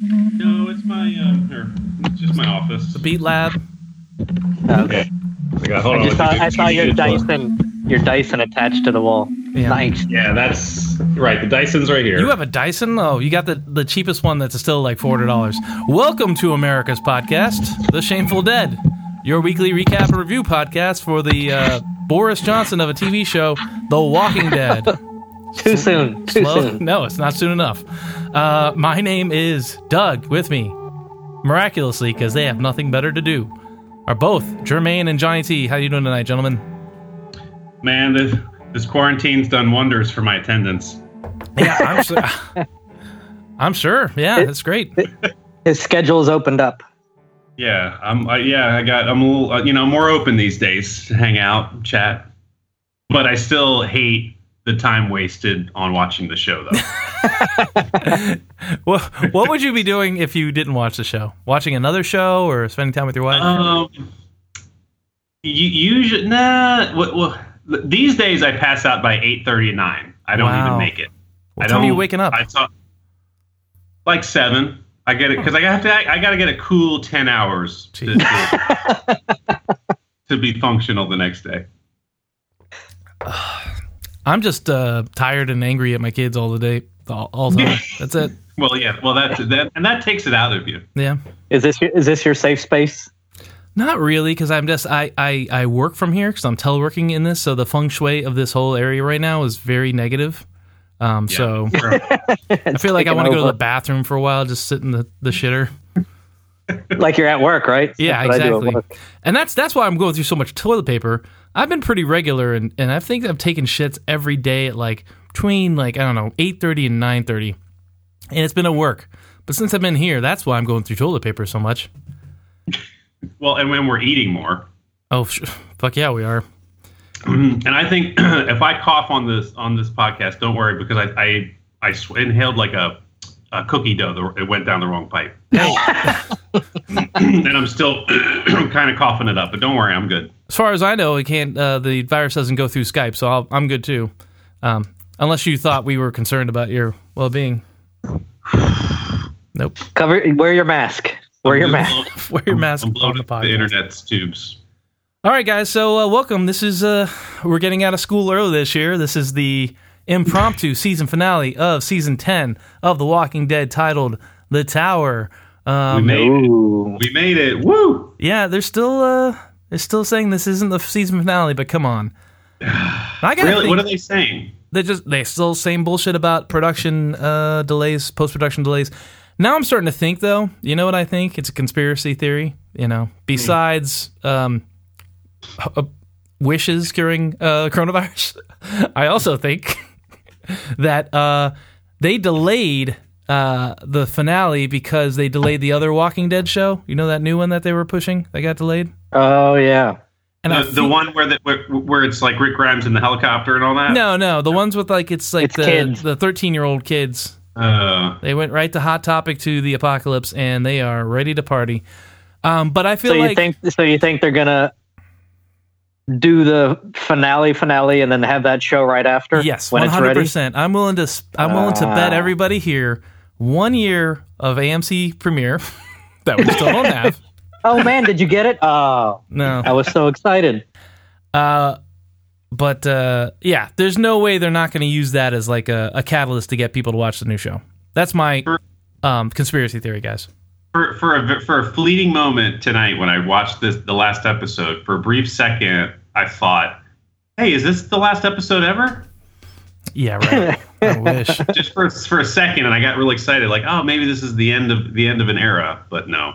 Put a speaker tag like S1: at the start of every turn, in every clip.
S1: No, it's my um, or it's just my office.
S2: The Beat Lab.
S3: Oh, Okay.
S4: I got- hold
S3: I
S4: on,
S1: Oh,
S3: just saw,
S4: let me do-
S3: I saw your
S4: do-
S3: Dyson, your Dyson attached to the wall.
S2: Yeah.
S3: Nice.
S4: Yeah, that's right. The Dyson's right here.
S2: You have a Dyson? Oh, you got the, the cheapest one that's still like $400. Welcome to America's podcast, The Shameful Dead, your weekly recap and review podcast for the uh, Boris Johnson of a TV show, The Walking Dead.
S3: Too soon. Too
S2: Slow-
S3: soon.
S2: No, it's not soon enough. Uh, my name is Doug, with me, miraculously, because they have nothing better to do, are both Jermaine and Johnny T. How you doing tonight, gentlemen?
S1: Man, this, this quarantine's done wonders for my attendance.
S2: Yeah, I'm sure. I'm sure. Yeah, that's great.
S3: His schedule's opened up.
S1: Yeah, I'm. I, yeah, I got. I'm a little. Uh, you know, more open these days to hang out, chat. But I still hate the time wasted on watching the show, though.
S2: What, what would you be doing if you didn't watch the show? Watching another show or spending time with your wife?
S1: Um, you usually nah. Well, well, these days I pass out by eight thirty nine. I don't
S2: Wow.
S1: even make it. I
S2: What time
S1: don't.
S2: are you waking up?
S1: I talk, like seven. I get it because I have to. I, I got to get a cool ten hours to, to, to be functional the next day.
S2: I'm just uh, tired and angry at my kids all the day, all, all the time. That's it.
S1: Well, yeah. Well, that's that, and that takes it out of you.
S2: Yeah.
S3: Is this your, is this your safe space?
S2: Not really, because I'm just I I, I work from here because I'm teleworking in this, so the feng shui of this whole area right now is very negative. Um,
S1: Yeah.
S2: so
S1: Sure.
S2: I feel like I
S3: taken
S2: want to go to
S3: over.
S2: the bathroom for a while, just sit in the, the shitter.
S3: Like you're at work, right?
S2: Yeah,
S3: That's what I do at
S2: exactly.
S3: work.
S2: And that's that's why I'm going through so much toilet paper. I've been pretty regular, and, and I think I've taken shits every day at like between like I don't know eight thirty and nine thirty, and it's been at work. But since I've been here, that's why I'm going through toilet paper so much.
S1: well, and when we're eating more,
S2: Oh, sh- fuck yeah, we are.
S1: Mm, and I think if I cough on this on this podcast, don't worry because I I, I sw- inhaled like a, a cookie dough. The, it went down the wrong pipe,
S2: Hey,
S1: and I'm still kind of coughing it up. But don't worry, I'm good.
S2: as far as I know, it can't. Uh, the virus doesn't go through Skype, so I'll, I'm good too. Um, unless you thought we were concerned about your well being. Nope.
S3: Cover. Wear your mask. Wear your mask.
S2: Wear your mask
S1: I'm
S2: on
S1: bloated
S2: the
S1: with the,
S2: podcast.
S1: internet's tubes.
S2: All right, guys. So uh, welcome. This is uh, we're getting out of school early this year. This is the impromptu season finale of season ten of The Walking Dead, titled "The Tower."
S1: We
S2: Um,
S1: made it.
S3: Ooh.
S1: We made it. Woo!
S2: yeah, they're still uh, they're still saying this isn't the season finale, but come on. I gotta
S1: Really?
S2: think-
S1: What are they saying?
S2: they just they still same bullshit about production uh, delays, post production delays. Now I'm starting to think though. You know what I think? It's a conspiracy theory. You
S1: Hmm.
S2: know, besides um, h- uh, wishes curing uh, coronavirus, I also think that uh, they delayed uh, the finale because they delayed the other Walking Dead show. You know that new one that they were pushing that got delayed.
S3: Oh yeah.
S2: And I
S1: The, the
S2: feel-
S1: one where, the, where where it's like Rick Grimes in the helicopter and all that.
S2: no, no, the ones with like it's like
S3: It's
S2: the
S3: kids.
S2: the 13 year old kids.
S1: Uh,
S2: They went right to Hot Topic to the apocalypse, and they are ready to party. Um, but I feel
S3: So you
S2: like
S3: think so you think they're gonna do the finale finale and then have that show right after?
S2: yes,
S3: when
S2: one
S3: it's
S2: hundred
S3: ready.
S2: percent. I'm willing to s- I'm willing to bet
S3: Ah.
S2: everybody here one year of AMC premiere that we still don't have.
S3: Oh man, did you get it? Oh,
S2: No,
S3: I was so excited.
S2: uh, but uh, yeah, there's no way they're not going to use that as like a, a catalyst to get people to watch the new show. That's my um, conspiracy theory, guys.
S1: for for a for a fleeting moment tonight when I watched this the last episode for a brief second I thought hey is this the last episode ever
S2: Yeah, right. I wish.
S1: just for for a second and I got really excited like oh maybe this is the end of the end of an era but no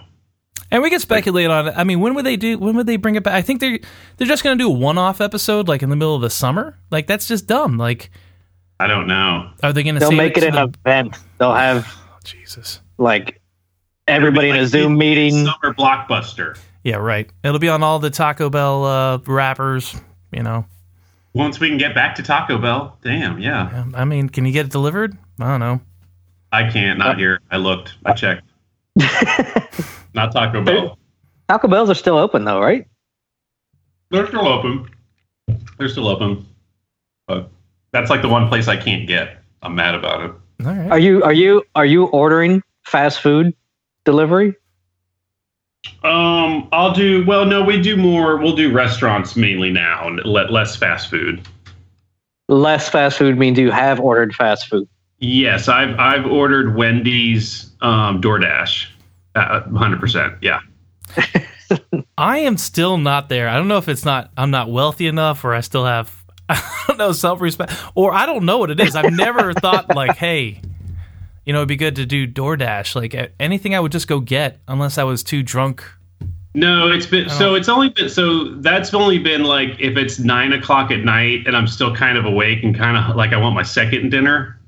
S2: And we could speculate on it. I mean, when would they do? When would they bring it back? I think they're they're just going to do a one-off episode, like in the middle of the summer. Like that's just dumb. Like,
S1: I don't know
S2: are they going to
S3: They'll make it an event. They'll have
S2: Jesus.
S3: like everybody in a
S1: Like,
S3: Zoom meeting.
S1: summer blockbuster
S2: Yeah, right. It'll be on all the Taco Bell uh, wrappers. You know,
S1: once we can get back to Taco Bell damn yeah
S2: Um, I mean, can you get it delivered? I don't know.
S1: I can't not here I looked I checked not Taco Bell
S3: Taco Bells are still open though, right?
S1: they're still open they're still open but that's like the one place I can't get I'm mad about it
S2: All right.
S3: Are you are you are you ordering fast food delivery?
S1: Um, I'll do. Well, no, we do more. We'll do restaurants mainly now, and le- less fast food.
S3: Less fast food means you have ordered fast food.
S1: Yes, I've I've ordered Wendy's, um, DoorDash, uh, hundred percent. Yeah,
S2: I am still not there. I don't know if it's not I'm not wealthy enough or I still have I don't know self respect or I don't know what it is. I've never thought like, hey, you know, it'd be good to do DoorDash. Like a- anything I would just go get unless I was too drunk.
S1: No, it's been so it's only been so that's only been like if it's nine o'clock at night and I'm still kind of awake and kind of like I want my second dinner,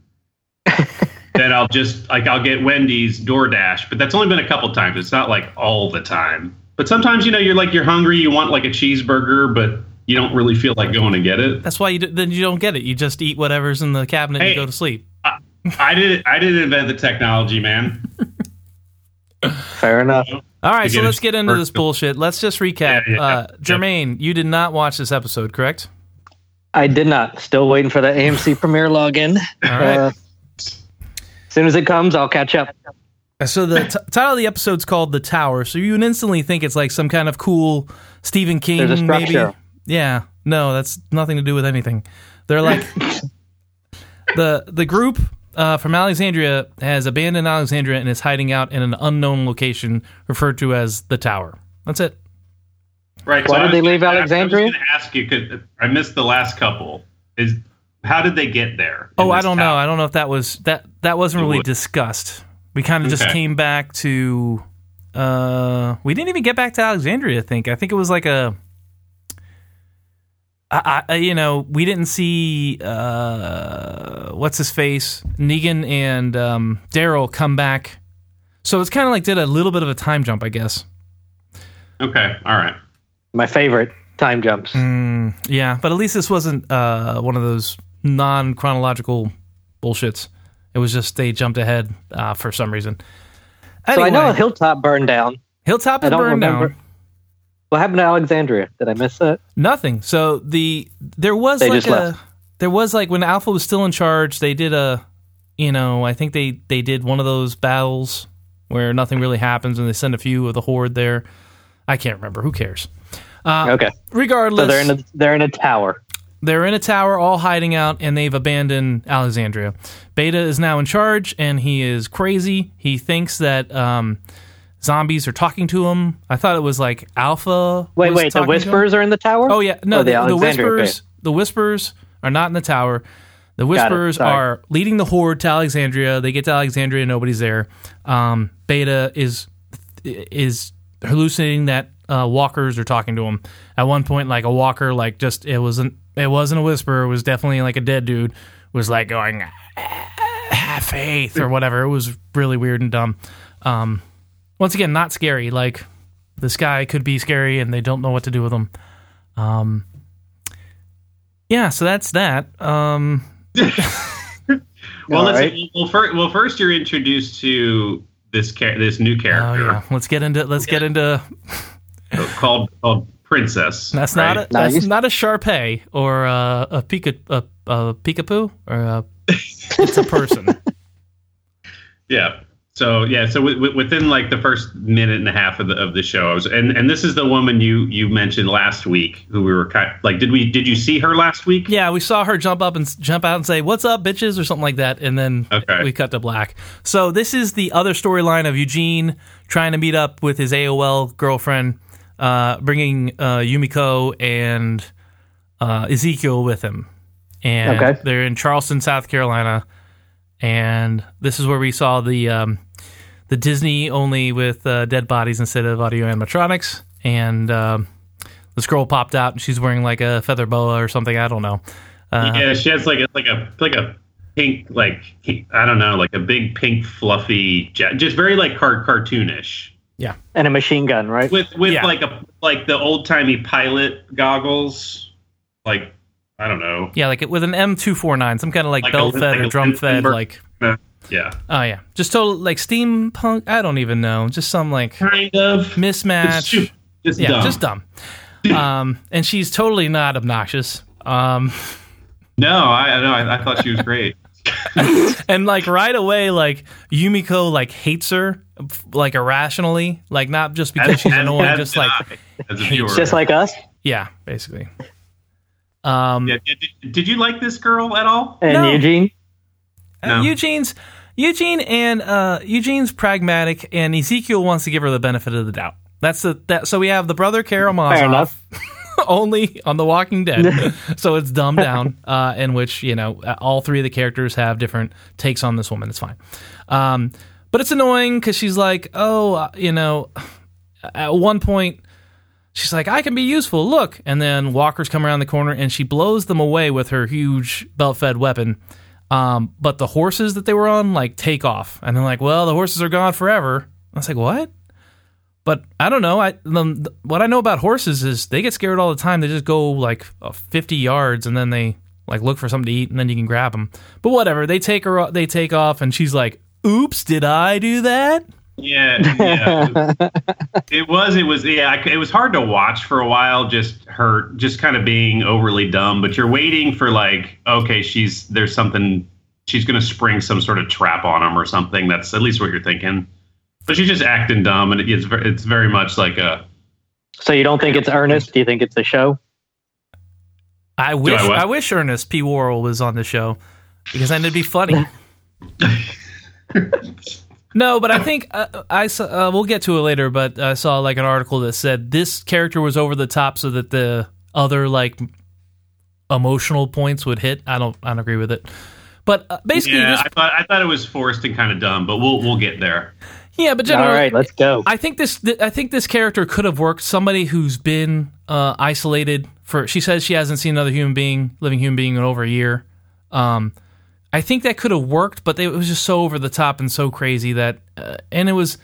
S1: then I'll just like I'll get Wendy's DoorDash, but that's only been a couple times. It's not like all the time. But sometimes you know you're like you're hungry, you want like a cheeseburger, but you don't really feel like going to get it.
S2: That's why you d- then you don't get it. You just eat whatever's in the cabinet and
S1: Hey.
S2: you go to sleep.
S1: I didn't I didn't invent the technology, man.
S3: Fair enough.
S2: All right,
S1: You
S2: so
S1: get a
S2: let's get into this
S1: burger.
S2: bullshit. Let's just recap.
S1: Yeah, yeah,
S2: uh,
S1: yeah.
S2: Jermaine, you did not watch this episode, correct?
S3: I did not. Still waiting for the AMC premiere login.
S2: All right.
S3: Uh, as soon as it comes, I'll catch up.
S2: So the t- title of the episode's called "The Tower," so you would instantly think it's like some kind of cool Stephen King.
S3: There's a
S2: maybe.
S3: structure.
S2: Yeah, no, that's nothing to do with anything. They're like the the group uh, from Alexandria has abandoned Alexandria and is hiding out in an unknown location referred to as the Tower. That's it.
S1: Right.
S3: Why
S1: I
S3: did
S1: was
S3: they leave
S1: gonna- I
S3: Alexandria?
S1: was going to ask you because I missed the last couple. Is how did they get there? in
S2: Oh, I
S1: this
S2: don't
S1: town?
S2: know. I don't know if that was that that wasn't really
S1: would.
S2: discussed. We kind of just
S1: Okay.
S2: came back to uh we didn't even get back to Alexandria, I think. I think it was like a I, I you know, we didn't see uh what's his face? Negan and um Daryl come back. So it's kind of like did a little bit of a time jump, I guess.
S1: Okay. All right.
S3: My favorite time jumps.
S2: Mm, yeah, but at least this wasn't uh, one of those non chronological bullshits. It was just they jumped ahead uh, for some reason.
S3: So
S2: Anyway,
S3: I know a hilltop burned down.
S2: Hilltop
S3: I
S2: and
S3: don't
S2: Burn
S3: remember.
S2: Down.
S3: What happened to Alexandria? Did I miss that?
S2: Nothing. So the there was
S3: They
S2: like
S3: just
S2: a
S3: left.
S2: there was like when Alpha was still in charge, they did a you know, I think they they did one of those battles where nothing really happens and they send a few of the horde there. I can't remember. Who cares? Uh,
S3: okay.
S2: Regardless,
S3: So they're in a they're in a tower.
S2: They're in a tower, all hiding out, and they've abandoned Alexandria. Beta is now in charge, and he is crazy. He thinks that um, zombies are talking to him. I thought it was like Alpha.
S3: Wait,
S2: was
S3: wait. The
S2: talking to him.
S3: whispers are in the tower.
S2: Oh yeah, no,
S3: Or
S2: the,
S3: the
S2: the
S3: Alexandria
S2: whispers. The whispers are not in the tower. The whispers
S3: sorry.
S2: are leading the horde to Alexandria. They get to Alexandria, nobody's there. Um, Beta is is hallucinating that uh, walkers are talking to him. At one point, like a walker, like just it wasn't it wasn't a whisper. It was definitely like a dead dude was like going "Ah, have faith or whatever. It was really weird and dumb. Um, once again, not scary. Like this guy could be scary, and they don't know what to do with him. Um, yeah, so that's that. Um,
S1: Well,
S3: All
S1: let's
S3: right.
S1: well, first, well first you're introduced to this char- this new
S2: oh
S1: character
S2: yeah, let's get into let's get into.
S1: called called Princess.
S2: That's
S1: right?
S2: not a,
S3: Now
S2: that's
S3: you-
S2: not a Sharpei or a, a Pika a, a Peekapoo or a, it's a person.
S1: yeah. So yeah, so wi- wi- within like the first minute and a half of the of the show, I was, and and this is the woman you you mentioned last week, who we were kind like, did we did you see her last week?
S2: Yeah, we saw her jump up and s- jump out and say, "What's up, bitches?" or something like that, and then
S1: Okay.
S2: we cut to black. So this is the other storyline of Eugene trying to meet up with his AOL girlfriend, uh, bringing uh, Yumiko and uh, Ezekiel with him, and
S3: Okay.
S2: they're in Charleston, South Carolina, and this is where we saw the um, the Disney only with uh, dead bodies instead of audio animatronics, and um, the scroll popped out, and she's wearing like a feather boa or something. I don't know.
S1: yeah. She has like a like a like a pink like I don't know like a big pink fluffy jet, just very like car- cartoonish.
S2: Yeah.
S3: and a machine gun, right?
S1: with with
S2: Yeah.
S1: like a like the old timey pilot goggles, like I don't know.
S2: Yeah, like it, with an M249, some kind of like,
S1: Like a-
S2: bell fed
S1: like
S2: or
S1: a
S2: drum fed,
S1: Lindenberg-
S2: like,
S1: Yeah,
S2: oh yeah. Just total, like steampunk, I don't even know. Just some like
S1: kind of. It's
S2: mismatch.
S1: stupid. Just
S2: yeah,
S1: dumb.
S2: just dumb. Um, and she's totally not obnoxious. Um,
S1: no, I I know. I, I thought she was great.
S2: and like right away, like Yumiko like hates her f- like irrationally, like not just because she's annoying,
S1: as
S2: just
S1: did
S2: like
S1: I, as a viewer.
S3: Just like us.
S2: yeah, basically. Um,
S1: Yeah, yeah, did, did you like this girl at all?
S3: And
S2: No.
S3: Eugene.
S2: Uh,
S1: No.
S2: Eugene's Eugene and uh, Eugene's pragmatic, and Ezekiel wants to give her the benefit of the doubt. That's the that. So we have the brother
S3: Fair
S2: Karamazov
S3: enough.
S2: only on The Walking Dead, so it's dumbed down. Uh, in which you know uh, all three of the characters have different takes on this woman. It's fine, um, but it's annoying because she's like, oh, uh, you know, uh, at one point she's like, I can be useful, look. And then walkers come around the corner and she blows them away with her huge belt fed weapon. Um, but the horses that they were on like take off. And they're like, well, the horses are gone forever. I was like, what? But I don't know. I the, what I know about horses is they get scared all the time. They just go like uh, 50 yards and then they like look for something to eat and then you can grab them. But whatever, they take her they take off and she's like, "Oops, did I do that?"
S1: Yeah, yeah. it was. It was. Yeah, I c it was hard to watch for a while. Just her, just kind of being overly dumb. But you're waiting for like, okay, she's there's something. She's gonna spring some sort of trap on him or something. That's at least what you're thinking. But she's just acting dumb, and it, it's ver- it's very much like a.
S3: So you don't think it's Ernest? Do you think it's a show?
S2: I wish
S1: I what?
S2: I, wish Ernest P. Worrell was on the show because then it'd be funny. no, but I think uh, I saw, uh, we'll get to it later. But I saw like an article that said this character was over the top so that the other like emotional points would hit. I don't I don't agree with it. But uh, basically,
S1: Yeah,
S2: this,
S1: I thought I thought it was forced and kind of dumb, but we'll we'll get there.
S2: yeah. But
S3: All
S2: generally,
S3: right, let's go.
S2: I think this. Th- I think this character could have worked. Somebody who's been uh, isolated for. She says she hasn't seen another human being, living human being, in over a year. Um, I think that could have worked, but they, it was just so over the top and so crazy that, uh, and it was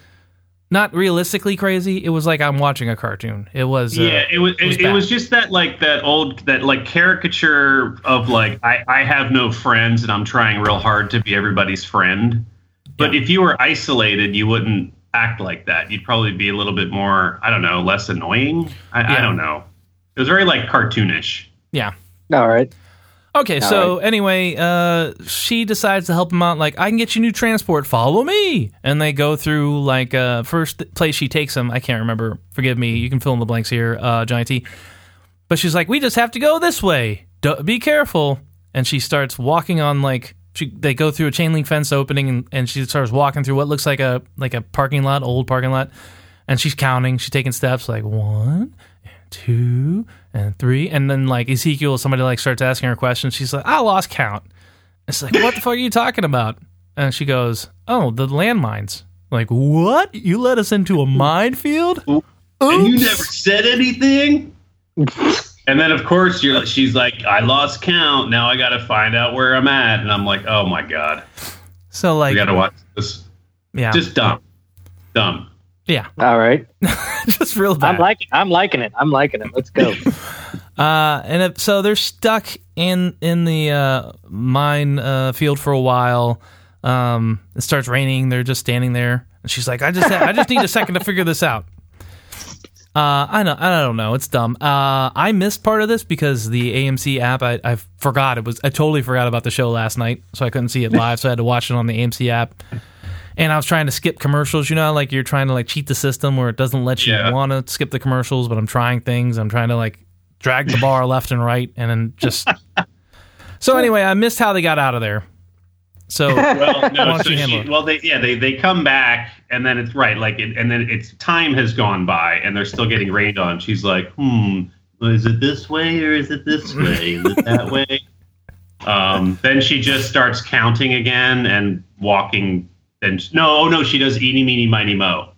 S2: not realistically crazy. It was like I'm watching a cartoon. It was. Uh,
S1: yeah it was
S2: was
S1: it, it
S2: bad.
S1: was just that like that old that like caricature of like i i have no friends and i'm trying real hard to be everybody's friend but if you were isolated you wouldn't act like that you'd probably be a little bit more i don't know less annoying i,
S2: Yeah.
S1: I don't know it was very like cartoonish
S2: yeah.
S3: All right.
S2: Okay, so anyway, uh, she decides to help him out. Like, I can get you new transport. Follow me, and they go through like uh, first place she takes him. I can't remember. Forgive me. You can fill in the blanks here, uh, Johnny T. But she's like, we just have to go this way. D- be careful. And she starts walking on like she. They go through a chain link fence opening, and, and she starts walking through what looks like a like a parking lot, old parking lot. And she's counting. She's taking steps like one, two and three and then like ezekiel somebody like starts asking her questions she's like i lost count it's like what the fuck are you talking about and she goes oh the landmines like what you led us into a minefield
S1: and you
S2: Oops.
S1: never said anything and then of course you're she's like i lost count now i gotta find out where i'm at and i'm like oh my god
S2: so
S1: i
S2: like
S1: gotta watch this
S2: yeah
S1: just dumb dumb
S2: yeah
S3: All right.
S2: just real bad
S3: I'm liking. I'm liking it. I'm liking it. Let's go.
S2: Uh, and it, so they're stuck in in the uh, mine uh, field for a while. Um, it starts raining. They're just standing there, and she's like, "I just I just need a second to figure this out." Uh, I know I don't know. It's dumb. Uh, I missed part of this because the AMC app I, I forgot it was I totally forgot about the show last night, so I couldn't see it live. so I had to watch it on the AMC app. And I was trying to skip commercials, you know, like you're trying to like cheat the system where it doesn't let you
S1: Yeah.
S2: want to skip the commercials, but I'm trying things. I'm trying to like drag the bar left and right and then just So anyway, I missed how they got out of there. So
S1: well,
S2: Why
S1: no,
S2: don't
S1: so
S2: you
S1: she-
S2: handle it?
S1: well, they yeah, they they come back and then it's right, like it, and then it's time has gone by and they're still getting rained on. She's like, hmm, is it this way or is it this way? Is it that way? Um, then she just starts counting again and walking. And no, oh no, she does eeny meeny miny mo.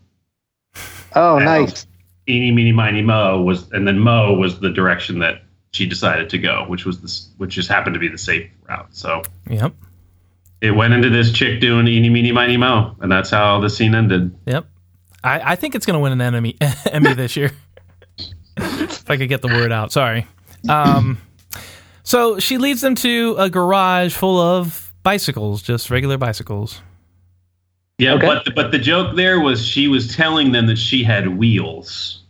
S3: Oh, nice.
S1: Eeny meeny miny mo was, and then mo was the direction that she decided to go, which was this, which just happened to be the safe route. So
S2: Yep.
S1: it went into this chick doing eeny meeny miny mo, and that's how the scene ended.
S2: Yep. I, I think it's going to win an enemy Emmy this year. if I could get the word out. Sorry. Um, so she leads them to a garage full of bicycles, just regular bicycles.
S1: Yeah,
S3: Okay.
S1: but the, but the joke there was she was telling them that she had wheels.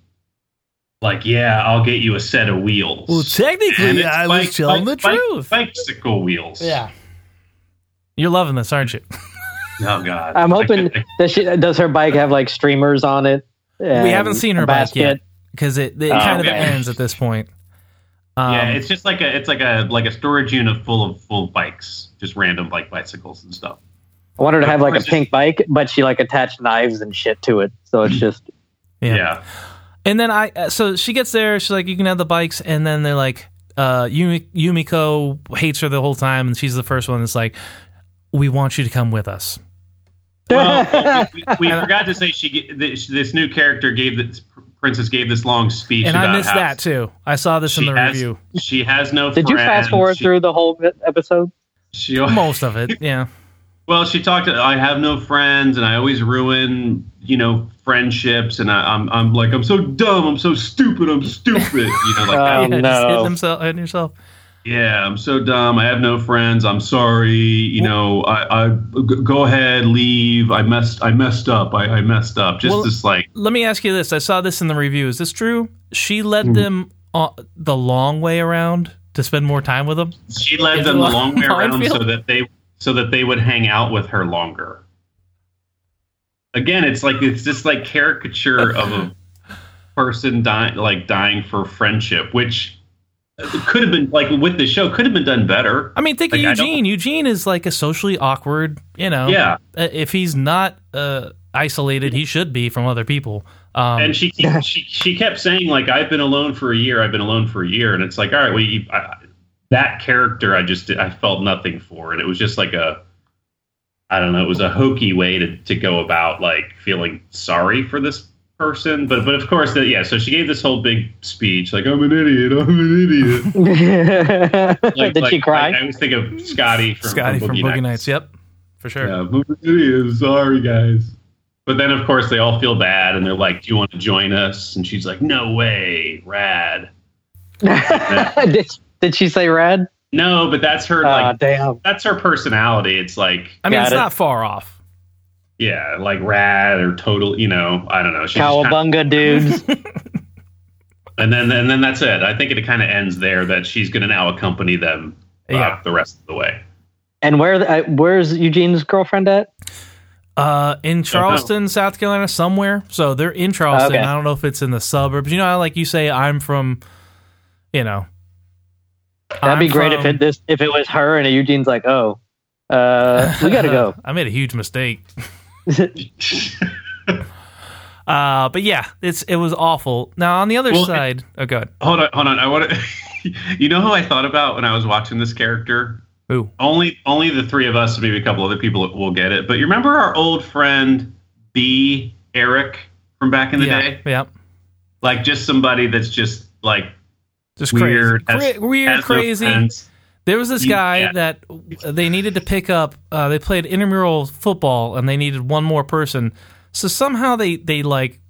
S1: Like, yeah, I'll get you a set of wheels.
S2: technically,
S1: it's bike- bike- bike- Bicycle wheels.
S2: Yeah. You're loving this, aren't you?
S1: Oh God.
S3: I'm hoping
S1: I can't-
S3: that she does her bike have like streamers on it.
S2: we haven't seen her
S3: back
S2: back yet because it, it
S3: Oh,
S2: kind of
S1: okay.
S2: ends at this point. Um,
S1: yeah, it's just like a it's like a like a storage unit full of full of bikes, just random like bicycles and stuff.
S3: I wanted to
S1: Of
S3: have like a
S1: course it-
S3: pink bike, but she like attached knives and shit to it. So it's just
S2: Yeah.
S1: Yeah.
S2: And then I, uh, so she gets there. She's like, "You can have the bikes." And then they're like, uh, Yumi, "Yumiko hates her the whole time, and she's the first one that's like, we want you to come with us."
S1: Well, we, we, we forgot to say she ge- this, this new character gave this princess gave this long speech.
S2: and
S1: about
S2: I missed
S1: how
S2: that too. I saw this in
S1: She
S2: the
S1: has,
S2: review,
S1: she has no.
S3: Did you fast
S1: friends.
S3: forward
S1: She-
S3: through the whole bit- episode?
S1: She,
S2: most of it. Yeah,
S1: Well, she talked. I have no friends, and I always ruin, you know, friendships. And I, I'm, I'm like, I'm so dumb. I'm so stupid. I'm stupid. You know, like
S3: Oh,
S2: yeah
S1: that.
S2: just
S3: no.
S2: hitting himself, hitting yourself.
S1: Yeah, I'm so dumb. I have no friends. I'm sorry. You know, I, I g- go ahead, leave. I messed. I messed up. I, I messed up. Just
S2: Well-
S1: this, like,
S2: Let me ask you this: I saw this in the review. Is this true? She led
S1: Mm-hmm.
S2: them uh, the long way around to spend more time with them.
S1: she led
S2: Is
S1: them
S2: it
S1: the
S2: a
S1: long way around so
S2: minefield?
S1: that they, so that they would hang out with her longer. Again, it's like it's just like caricature of a person dying, like dying for friendship, which uh, could have been like with the show could have been done better.
S2: I mean, think
S1: Like, I
S2: of
S1: don't-
S2: Eugene. Eugene is like a socially awkward, you know.
S1: yeah,
S2: Uh, if he's not uh, isolated, he should be from other people. Um,
S1: and she, keep, she she kept saying like I've been alone for a year. I've been alone for a year, and it's like all right, well, you, I, that character I just I felt nothing for, and it was just like a I don't know, it was a hokey way to to go about like feeling sorry for this person, but but of course that yeah. So she gave this whole big speech like I'm an idiot, I'm an idiot. Like-
S3: Did she
S1: like-
S3: cry?
S1: I always think of Scotty from
S2: Scotty from Boogie Nights.
S1: Yeah.
S2: Yep, for sure.
S1: Yeah, I'm an idiot. Sorry, guys. But then, of course, they all feel bad, and they're like, "Do you want to join us?" And she's like, "No way, rad."
S3: did, did she say red?
S1: No, but that's her
S3: Ah,
S1: like
S3: damn.
S1: that's her personality. It's like
S2: I mean,
S3: Got
S2: it's
S3: it.
S2: not far off.
S1: yeah, like rad or total. You know, I don't know. She's just kinda-
S3: Cowabunga dudes.
S1: and then and then that's it. I think it kind of ends there. That she's going to now accompany them uh,
S2: Yeah.
S1: the rest of the way.
S3: and where the- uh, where's Eugene's girlfriend at?
S2: Uh, in Charleston, South Carolina, somewhere. So they're in Charleston.
S3: Okay.
S2: I don't know if it's in the suburbs. You know, how, like you say, I'm from, you know.
S3: That'd be great if it this if it was her and Eugene's like, oh, uh, we gotta go.
S2: I made a huge mistake. Uh, but yeah, it's it was awful. Now on the other
S1: Well, it-
S2: side, oh god,
S1: hold on, hold on. I want to. you know who I thought about when I was watching this character?
S2: ooh,
S1: Only only the three of us, maybe a couple other people will get it. But you remember our old friend B Eric from back in the
S2: yeah,
S1: day?
S2: yeah,
S1: Like just somebody that's just like
S2: just
S1: Weird
S2: crazy,
S1: as-
S2: Cra- weird,
S1: has no
S2: crazy.
S1: friends.
S2: There was this
S1: You-
S2: guy
S1: yeah.
S2: that they needed to pick up. Uh, they played intramural football, and they needed one more person. So somehow they they like,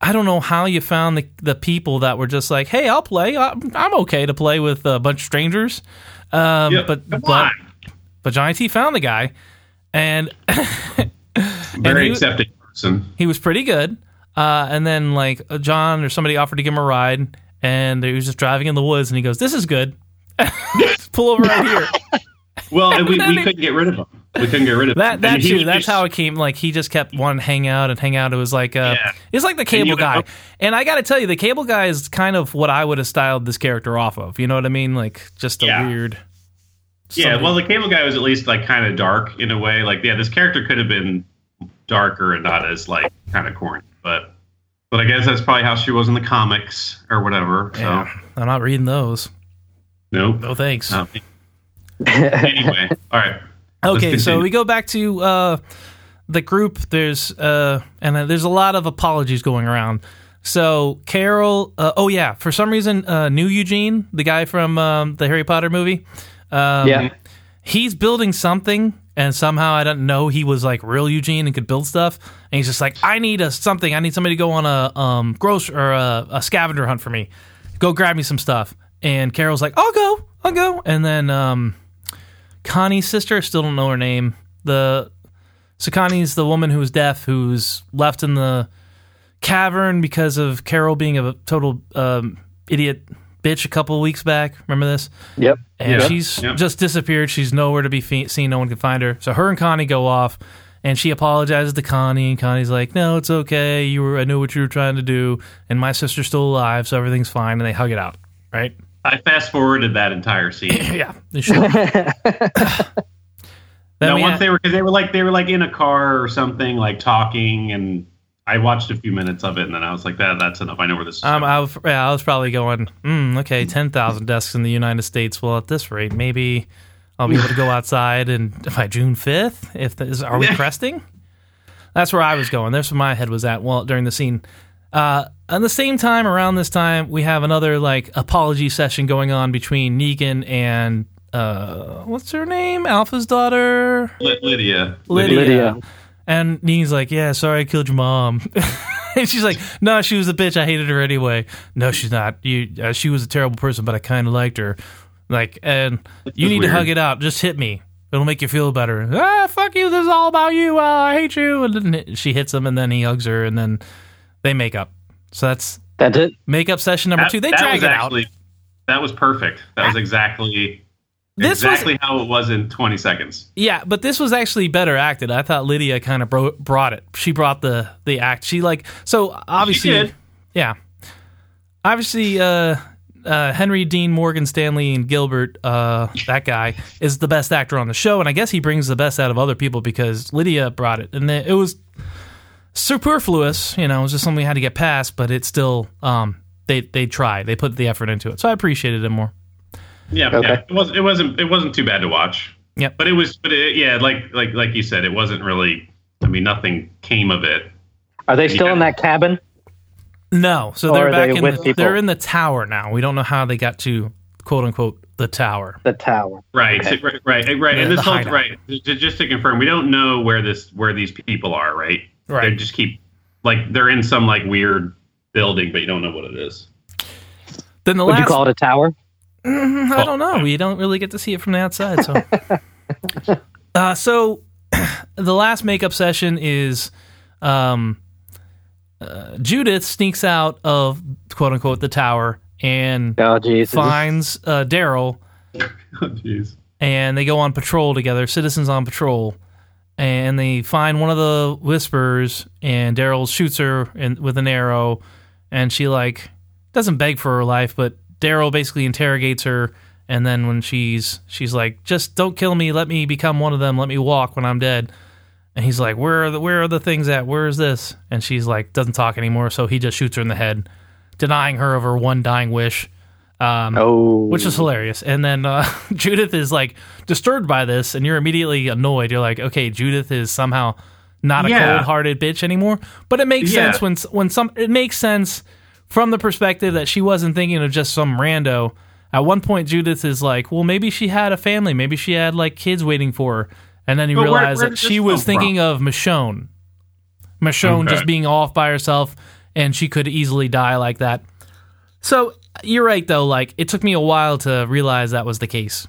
S2: I don't know how you found the the people that were just like, hey, I'll play. I'm, I'm okay to play with a bunch of strangers. Um,
S1: Yeah,
S2: but
S1: come
S2: but
S1: on.
S2: but Johnny T found the guy, and
S1: very
S2: he-
S1: accepting person.
S2: he was pretty good. Uh, and then like uh, John or somebody offered to give him a ride, and he was just driving in the woods, and he goes, "This is good." Pull over right here.
S1: Well, and we,
S2: That
S1: we
S2: is-
S1: couldn't get rid of him. We couldn't get rid of him.
S2: That that
S1: And he
S2: too.
S1: was
S2: That's
S1: just-
S2: how it came. Like he just kept wanting to hang out and hang out. It was like uh,
S1: Yeah.
S2: it's like the
S1: you
S2: cable
S1: would
S2: guy.
S1: hope-
S2: And I got to tell you, the cable guy is kind of what I would have styled this character off of. You know what I mean? Like just a
S1: Yeah.
S2: weird.
S1: Yeah,
S2: somebody-
S1: well, the cable guy was at least like kind of dark in a way. Like, yeah, this character could have been darker and not as like kind of corny. But, but I guess that's probably how she was in the comics or whatever. So
S2: yeah, I'm not reading those.
S1: nope.
S2: No thanks.
S1: not me. anyway, all right.
S2: Okay,
S1: Let's
S2: so
S1: continue.
S2: we go back to uh, the group. There's uh, and uh, there's a lot of apologies going around. So Carol, uh, oh yeah, for some reason, uh, new Eugene, the guy from um, the Harry Potter movie, um,
S3: Yeah.
S2: he's building something, and somehow I don't know he was like real Eugene and could build stuff, and he's just like, I need a something, I need somebody to go on a um gross or a, a scavenger hunt for me, go grab me some stuff, and Carol's like, I'll go, I'll go, and then um. Connie's sister. Still don't know her name. The so Connie's the woman who's deaf, who's left in the cavern because of Carol being a total um, idiot bitch a couple weeks back. Remember this?
S3: Yep.
S2: And
S1: Yeah.
S2: she's
S1: Yep.
S2: just disappeared. She's nowhere to be fe- seen. No one can find her. So her and Connie go off, and she apologizes to Connie. And Connie's like, "No, it's okay. You were. I knew what you were trying to do. And my sister's still alive, so everything's fine." And they hug it out, right?
S1: I fast forwarded that entire scene.
S2: yeah. They should. Then
S1: now,
S2: we
S1: once
S2: ha-
S1: they were, cause they were like, they were like in a car or something, like talking, and I watched a few minutes of it, and then I was like, that, that's enough. I know where this is.
S2: Um,
S1: going.
S2: I, was- yeah, I was probably going, mm, okay, 10,000 desks in the United States. Well, at this rate, maybe I'll be able to go outside and by June 5th. If the, is, Are we
S1: Yeah.
S2: cresting? That's where I was going. That's where my head was at while, during the scene. Uh, and the same time, around this time, we have another like apology session going on between Negan and uh, what's her name? Alpha's daughter?
S1: Ly- Lydia.
S2: Lydia.
S3: Lydia.
S2: And Negan's like, yeah, sorry I killed your mom. and she's like, no, she was a bitch. I hated her anyway. No, she's not. You, uh, she was a terrible person, but I kind of liked her. Like, and you
S1: is
S2: need
S1: weird.
S2: to hug it out. Just hit me. It'll make you feel better. Ah, fuck you. This is all about you. Ah, I hate you. And then she hits him, and then he hugs her, and then they make up. So that's
S3: That's it.
S2: makeup session number two. They drag
S1: was
S2: it out. Ah.
S1: actually, That was perfect. That was exactly
S2: This was
S1: exactly how it was in 20 seconds.
S2: Yeah, but this was actually better acted. I thought Lydia kind of bro- brought it. She brought the the act. She like so obviously
S1: did.
S2: Yeah. Obviously uh uh, Henry Dean Morgan Stanley and Gilbert, uh, that guy is the best actor on the show, and I guess he brings the best out of other people because Lydia brought it, and it it was superfluous. You know, it was just something we had to get past, but it's still um, they they tried, they put the effort into it, so I appreciated it more.
S1: Yeah,
S3: Okay.
S1: yeah. It was it wasn't it wasn't too bad to watch.
S2: Yep.
S1: But it was but it, yeah, like like like you said, it wasn't really I mean nothing came of it.
S3: Are they still in that cabin?
S2: No, so
S3: Or
S2: they're
S3: are
S2: back
S3: they
S2: in
S3: with
S2: the,
S3: people?
S2: they're in the tower now. We don't know how they got to quote unquote the tower.
S3: The tower.
S1: Right.
S3: Okay.
S1: so- right right right.
S2: Yeah,
S1: and this
S2: the
S1: whole
S2: hideout.
S1: right j- j- just to confirm, we don't know where this where these people are, right?
S2: Right.
S1: They just keep like they're in some like weird building, but you don't know what it is.
S2: Then the
S3: Would
S2: last
S3: you call it a tower?
S2: Mm, I don't know. We don't really get to see it from the outside. So, uh, so the last makeup session is um, uh, Judith sneaks out of quote unquote the tower and
S3: Oh, Jesus.
S2: finds uh, Daryl,
S1: Oh, Jeez.
S2: and they go on patrol together, citizens on patrol, and they find one of the whisperers, and Daryl shoots her in, with an arrow, and she like doesn't beg for her life, but Daryl basically interrogates her, and then when she's she's like, just don't kill me, let me become one of them, let me walk when I'm dead. And he's like, where are the where are the things at? Where is this? And she's like, doesn't talk anymore, so he just shoots her in the head, denying her of her one dying wish. Um,
S3: Oh.
S2: which is hilarious. And then uh, Judith is like disturbed by this, and you're immediately annoyed. You're like, okay, Judith is somehow not a
S1: Yeah.
S2: cold-hearted bitch anymore. But it makes
S1: Yeah.
S2: sense when when some it makes sense from the perspective that she wasn't thinking of just some rando. At one point, Judith is like, well, maybe she had a family, maybe she had like kids waiting for her, and then you
S1: But where-
S2: realize
S1: where
S2: that
S1: did
S2: she
S1: this
S2: was
S1: come from?
S2: thinking of Michonne, Michonne
S1: Okay.
S2: just being off by herself, and she could easily die like that. So you're right though. Like it took me a while to realize that was the case.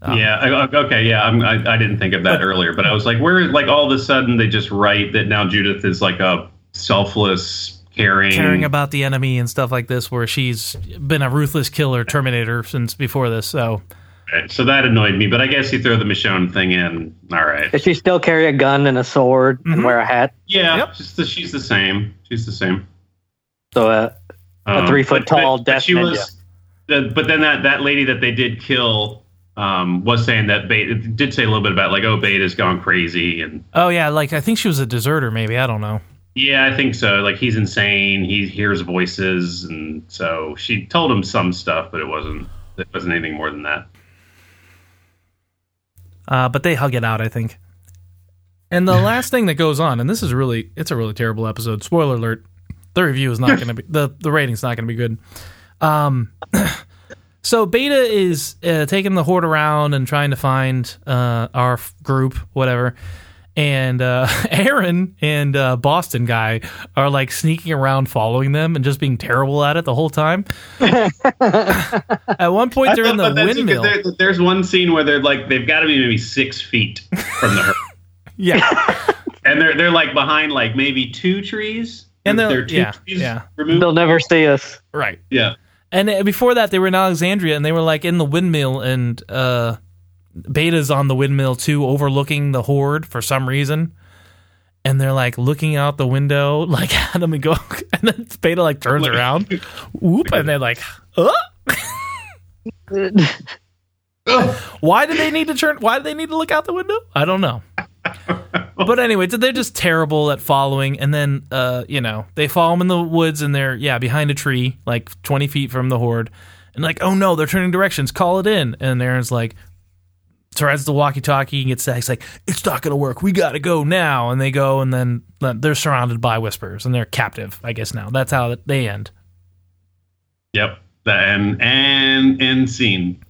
S2: Um,
S1: yeah. I- I- Okay. Yeah. I'm, I, I didn't think of that earlier, but I was like, where? Like all of a sudden, they just write that now Judith is like a selfless, caring,
S2: Caring about the enemy and stuff like this, where she's been a ruthless killer, Terminator since before this. So
S1: So that annoyed me, but I guess you throw the Michonne thing in. All right.
S3: Does she still carry a gun and a sword and wear a hat?
S1: Yeah.
S2: Yep.
S1: Just the, she's the same. She's the same.
S3: So, uh,
S1: Um,
S3: three-foot tall death
S1: she
S3: ninja.
S1: was- the- but then that that lady that they did kill um, was saying that Beta did say a little bit about like, oh, Beta's gone crazy, and
S2: oh yeah, like I think she was a deserter. Maybe I don't know.
S1: yeah, I think so. Like he's insane. He hears voices, and so she told him some stuff, but it wasn't it wasn't anything more than that.
S2: Uh, but they hug it out, I think. And the last thing that goes on, and this is really, it's a really terrible episode. Spoiler alert: the review is not going to be the the rating's not going to be good. Um, so Beta is uh, taking the horde around and trying to find uh, our f- group, whatever. And uh, Aaron and uh, Boston guy are like sneaking around, following them, and just being terrible at it the whole time. At one point, they're in the
S1: But that's-
S2: windmill.
S1: there- there's one scene where they're like they've got to be maybe six feet from the herd.
S2: Yeah.
S1: and they're they're like behind like maybe two trees.
S2: And they'll-
S1: they're two
S2: yeah,
S1: trees
S2: yeah.
S1: removed.
S3: they'll never see us.
S2: Right.
S1: Yeah,
S2: And uh, before that, they were in Alexandria, and they were like in the windmill, and uh, Beta's on the windmill too, overlooking the horde for some reason. And they're like looking out the window, like at them and go, and then Beta like turns
S1: Like-
S2: around, whoop, and they're like, "Uh, why did they need to turn? Why did they need to look out the window? I don't know." But anyway, they're just terrible at following, and then uh, you know they follow them in the woods, and they're yeah behind a tree, like twenty feet from the horde, and like oh no, they're turning directions, call it in, and Aaron's like tries the walkie-talkie and gets Zach's like it's not gonna work, we gotta go now, and they go, and then uh, they're surrounded by whispers, and they're captive, I guess now. That's how they end.
S1: Yep. That and and end scene.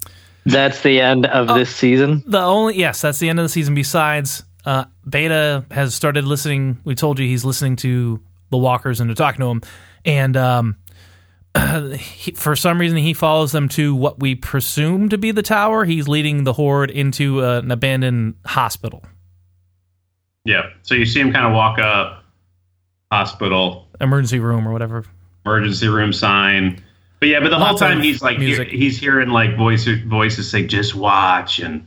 S3: That's the end of
S2: Oh.
S3: this season.
S2: The only yes, that's the end of the season. Besides, uh, Beta has started listening. We told you he's listening to the Walkers and to talking to him, and um, he, for some reason he follows them to what we presume to be the tower. He's leading the horde into uh, an abandoned hospital,
S1: Yep. So you see him kind of walk up, hospital,
S2: emergency room, or whatever.
S1: emergency room sign. But yeah, but the whole
S2: Lots of
S1: time he's like
S2: music.
S1: he- he's hearing like voices voices say just watch and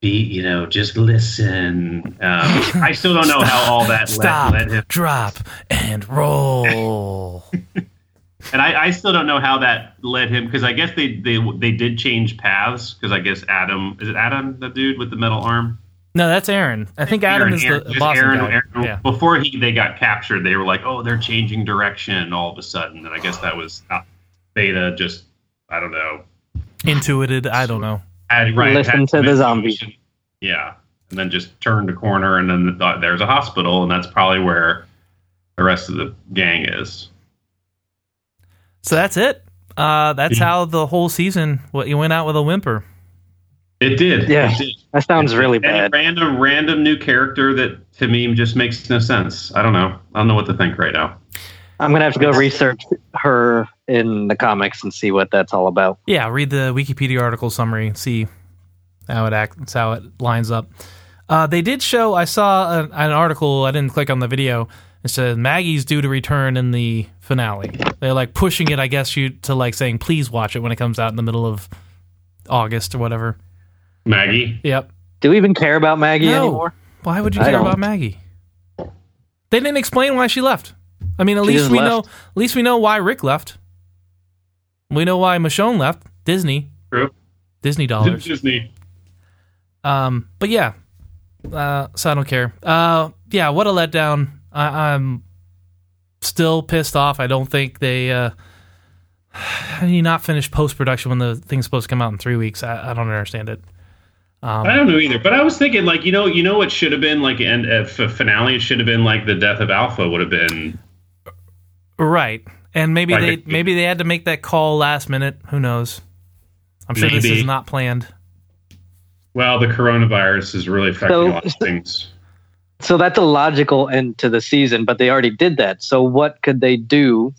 S1: be you know just listen. Um, I still don't know how all that
S2: Stop,
S1: led, led him,
S2: drop, and roll.
S1: and I, I still don't know how that led him because I guess they they they did change paths because I guess Adam is it Adam the dude with the metal arm.
S2: no, that's Aaron. I think Adam
S1: Aaron-
S2: is
S1: Aaron-
S2: the
S1: just
S2: Boston
S1: Aaron-
S2: guy.
S1: Aaron-
S2: yeah.
S1: Before he they got captured, they were like, "Oh, they're changing direction all of a sudden." And I guess that was not Beta. Just I don't know.
S2: Intuited. I don't know.
S1: Had, right,
S3: Listen
S1: had
S3: to
S1: some
S3: the zombie.
S1: intuition. Yeah, and then just turned a corner, and then thought there's a hospital, and that's probably where the rest of the gang is.
S2: So that's it. Uh, that's
S1: Yeah.
S2: how the whole season what you went out with a whimper.
S1: It did.
S3: Yeah.
S1: It did.
S3: That sounds really
S1: And a
S3: bad.
S1: random, random new character that to me just makes no sense. I don't know. I don't know what to think right now.
S3: I'm gonna have to go research her in the comics and see what that's all about.
S2: Yeah, read the Wikipedia article summary, see how it acts, how it lines up. Uh, they did show. I saw an, an article. I didn't click on the video. It said Maggie's due to return in the finale. They're like pushing it, I guess, you to like saying, "Please watch it when it comes out in the middle of August or whatever."
S1: Maggie.
S2: Yep.
S3: Do we even care about Maggie
S2: No.
S3: anymore?
S2: Why would you
S3: I
S2: care
S3: don't.
S2: about Maggie? They didn't explain why she left. I mean, at
S3: She
S2: least
S3: just
S2: we
S3: left.
S2: know. At least we know why Rick left. We know why Michonne left. Disney,
S1: True.
S2: Disney dollars.
S1: Disney.
S2: um, but yeah. Uh, so I don't care. Uh, yeah, what a letdown. I, I'm still pissed off. I don't think they. Uh, how do you not finish post production when the thing's supposed to come out in three weeks? I, I don't understand it.
S1: I don't know either, but I was thinking, like, you know, you know, what should have been like an a f- finale. It should have been like the death of Alpha would have been.
S2: Right. And maybe
S1: Like
S2: they
S1: it-
S2: maybe they had to make that call last minute. Who knows? I'm sure this
S1: Maybe.
S2: is not planned.
S1: Well, the coronavirus is really affecting
S3: So-
S1: a lot of things.
S3: So that's a logical end to the season, but they already did that. So what could they do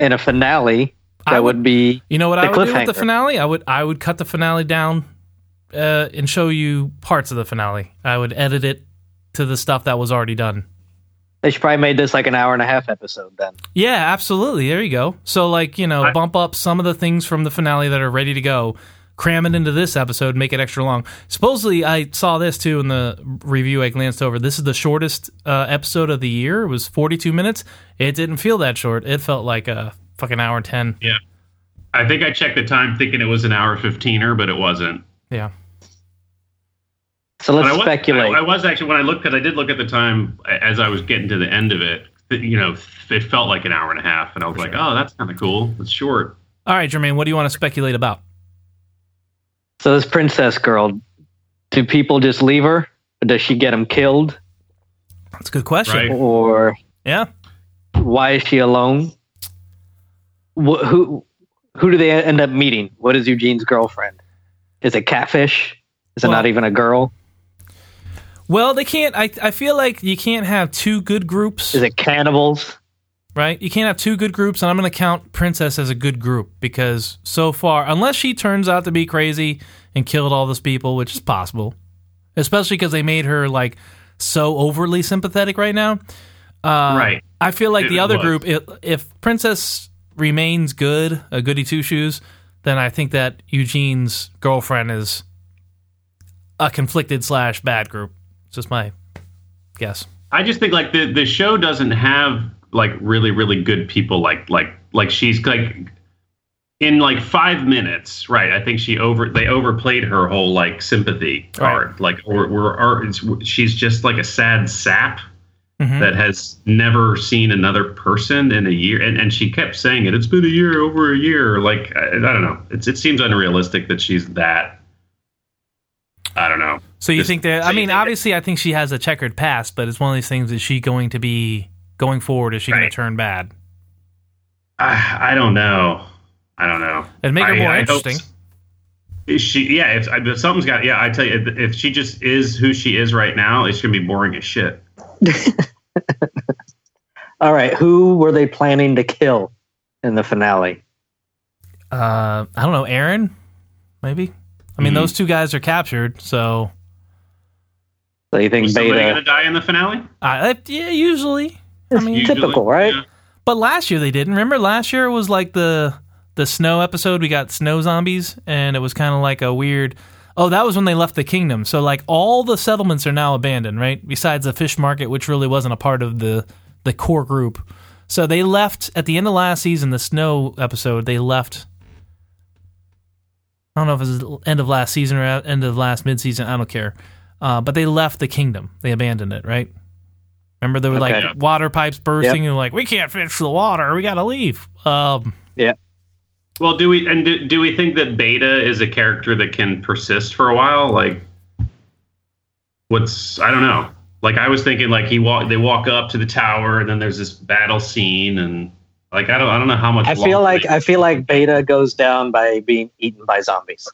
S3: in a finale that
S2: I would-
S3: would be
S2: You know what I
S3: The
S2: would do with the
S3: cliffhanger.
S2: finale? I would I would cut the finale down uh, and show you parts of the finale. I would edit it to the stuff that was already done.
S3: They should probably made this like an hour and a half episode then.
S2: Yeah, absolutely. There you go. So like, you know,
S1: I-
S2: bump up some of the things from the finale that are ready to go, cram it into this episode, make it extra long. Supposedly, I saw this too in the review I glanced over. This is the shortest uh, episode of the year. It was 42 minutes. It didn't feel that short. It felt like a fucking hour and 10.
S1: Yeah, I think I checked the time thinking it was an hour fifteener, but it wasn't.
S2: Yeah.
S3: So
S1: But
S3: let's
S1: I was,
S3: speculate.
S1: I, I was actually when I looked because I did look at the time a- as I was getting to the end of it. th- You know, it felt like an hour and a half, and I was like, "Oh, that's kind of cool. It's short."
S2: All right, Jermaine, what do you want to speculate about?
S3: so this princess girl, do people just leave her? Or does she get him killed?
S2: That's a good
S1: Right.
S2: question.
S3: Or
S2: Yeah.
S3: why is she alone? Wh- who who do they end up meeting? What is Eugene's girlfriend? Is it catfish? Is it
S2: Well-
S3: not even a girl?
S2: Well, they can't. I, I feel like you can't have two good groups.
S3: Is it cannibals?
S2: right? You can't have two good groups, and I'm going to count Princess as a good group because so far, unless she turns out to be crazy and killed all those people, which is possible, especially because they made her like so overly sympathetic right now. Uh,
S1: right.
S2: I feel like
S1: It
S2: the other
S1: was.
S2: group, i if Princess remains good, a goody two shoes, then I think that Eugene's girlfriend is a conflicted slash bad group. It's just my guess.
S1: I just think like the the show doesn't have like really really good people like like like she's like in like five minutes right i think she over they overplayed her whole like sympathy card like or we're, or it's, she's just like a sad sap
S2: Mhm.
S1: that has never seen another person in a year and, and she kept saying it it's been a year over a year like i, I don't know it's, it seems unrealistic that she's that i don't know
S2: So you
S1: Just-
S2: think that?
S1: so
S2: I
S1: you
S2: mean,
S1: think that-
S2: obviously, I think she has a checkered past, but it's one of these things. Is she going to be going forward? Is she going
S1: Right.
S2: to turn bad?
S1: i, I don't know i don't know
S2: It'd make her
S1: I-
S2: more
S1: I hope
S2: interesting.
S1: Is she yeah if, if something's got yeah i tell you if, if she just is who she is right now it's gonna be boring as shit
S3: All right, who were they planning to kill in the finale?
S2: Uh, I don't know, Aaron, maybe. I mean,
S1: Mhm.
S2: those two guys are captured, so
S3: So you think
S1: was somebody
S3: Beta?
S1: gonna die in the finale
S2: I, I yeah, usually. I mean,
S1: Usually,
S3: Typical, right?
S1: yeah.
S2: But last year they didn't. Remember last year was like the the snow episode. We got snow zombies, and it was kind of like a weird. Oh, that was when they left the kingdom. So like all the settlements are now abandoned, right? Besides the fish market, which really wasn't a part of the the core group. So they left at the end of last season. The snow episode. They left. I don't know if it was the end of last season or end of last midseason. I don't care. Uh, but they left the kingdom. They abandoned it, right? Remember, there were like
S3: Okay.
S2: water pipes bursting, and like we can't fish the water. We gotta leave. Um,
S1: well do we and do, do we think that beta is a character that can persist for a while like what's i don't know like i was thinking like he walk they walk up to the tower and then there's this battle scene and like i don't i don't know how much
S3: I feel
S1: longer
S3: like
S1: they-
S3: I feel like Beta goes down by being eaten by zombies.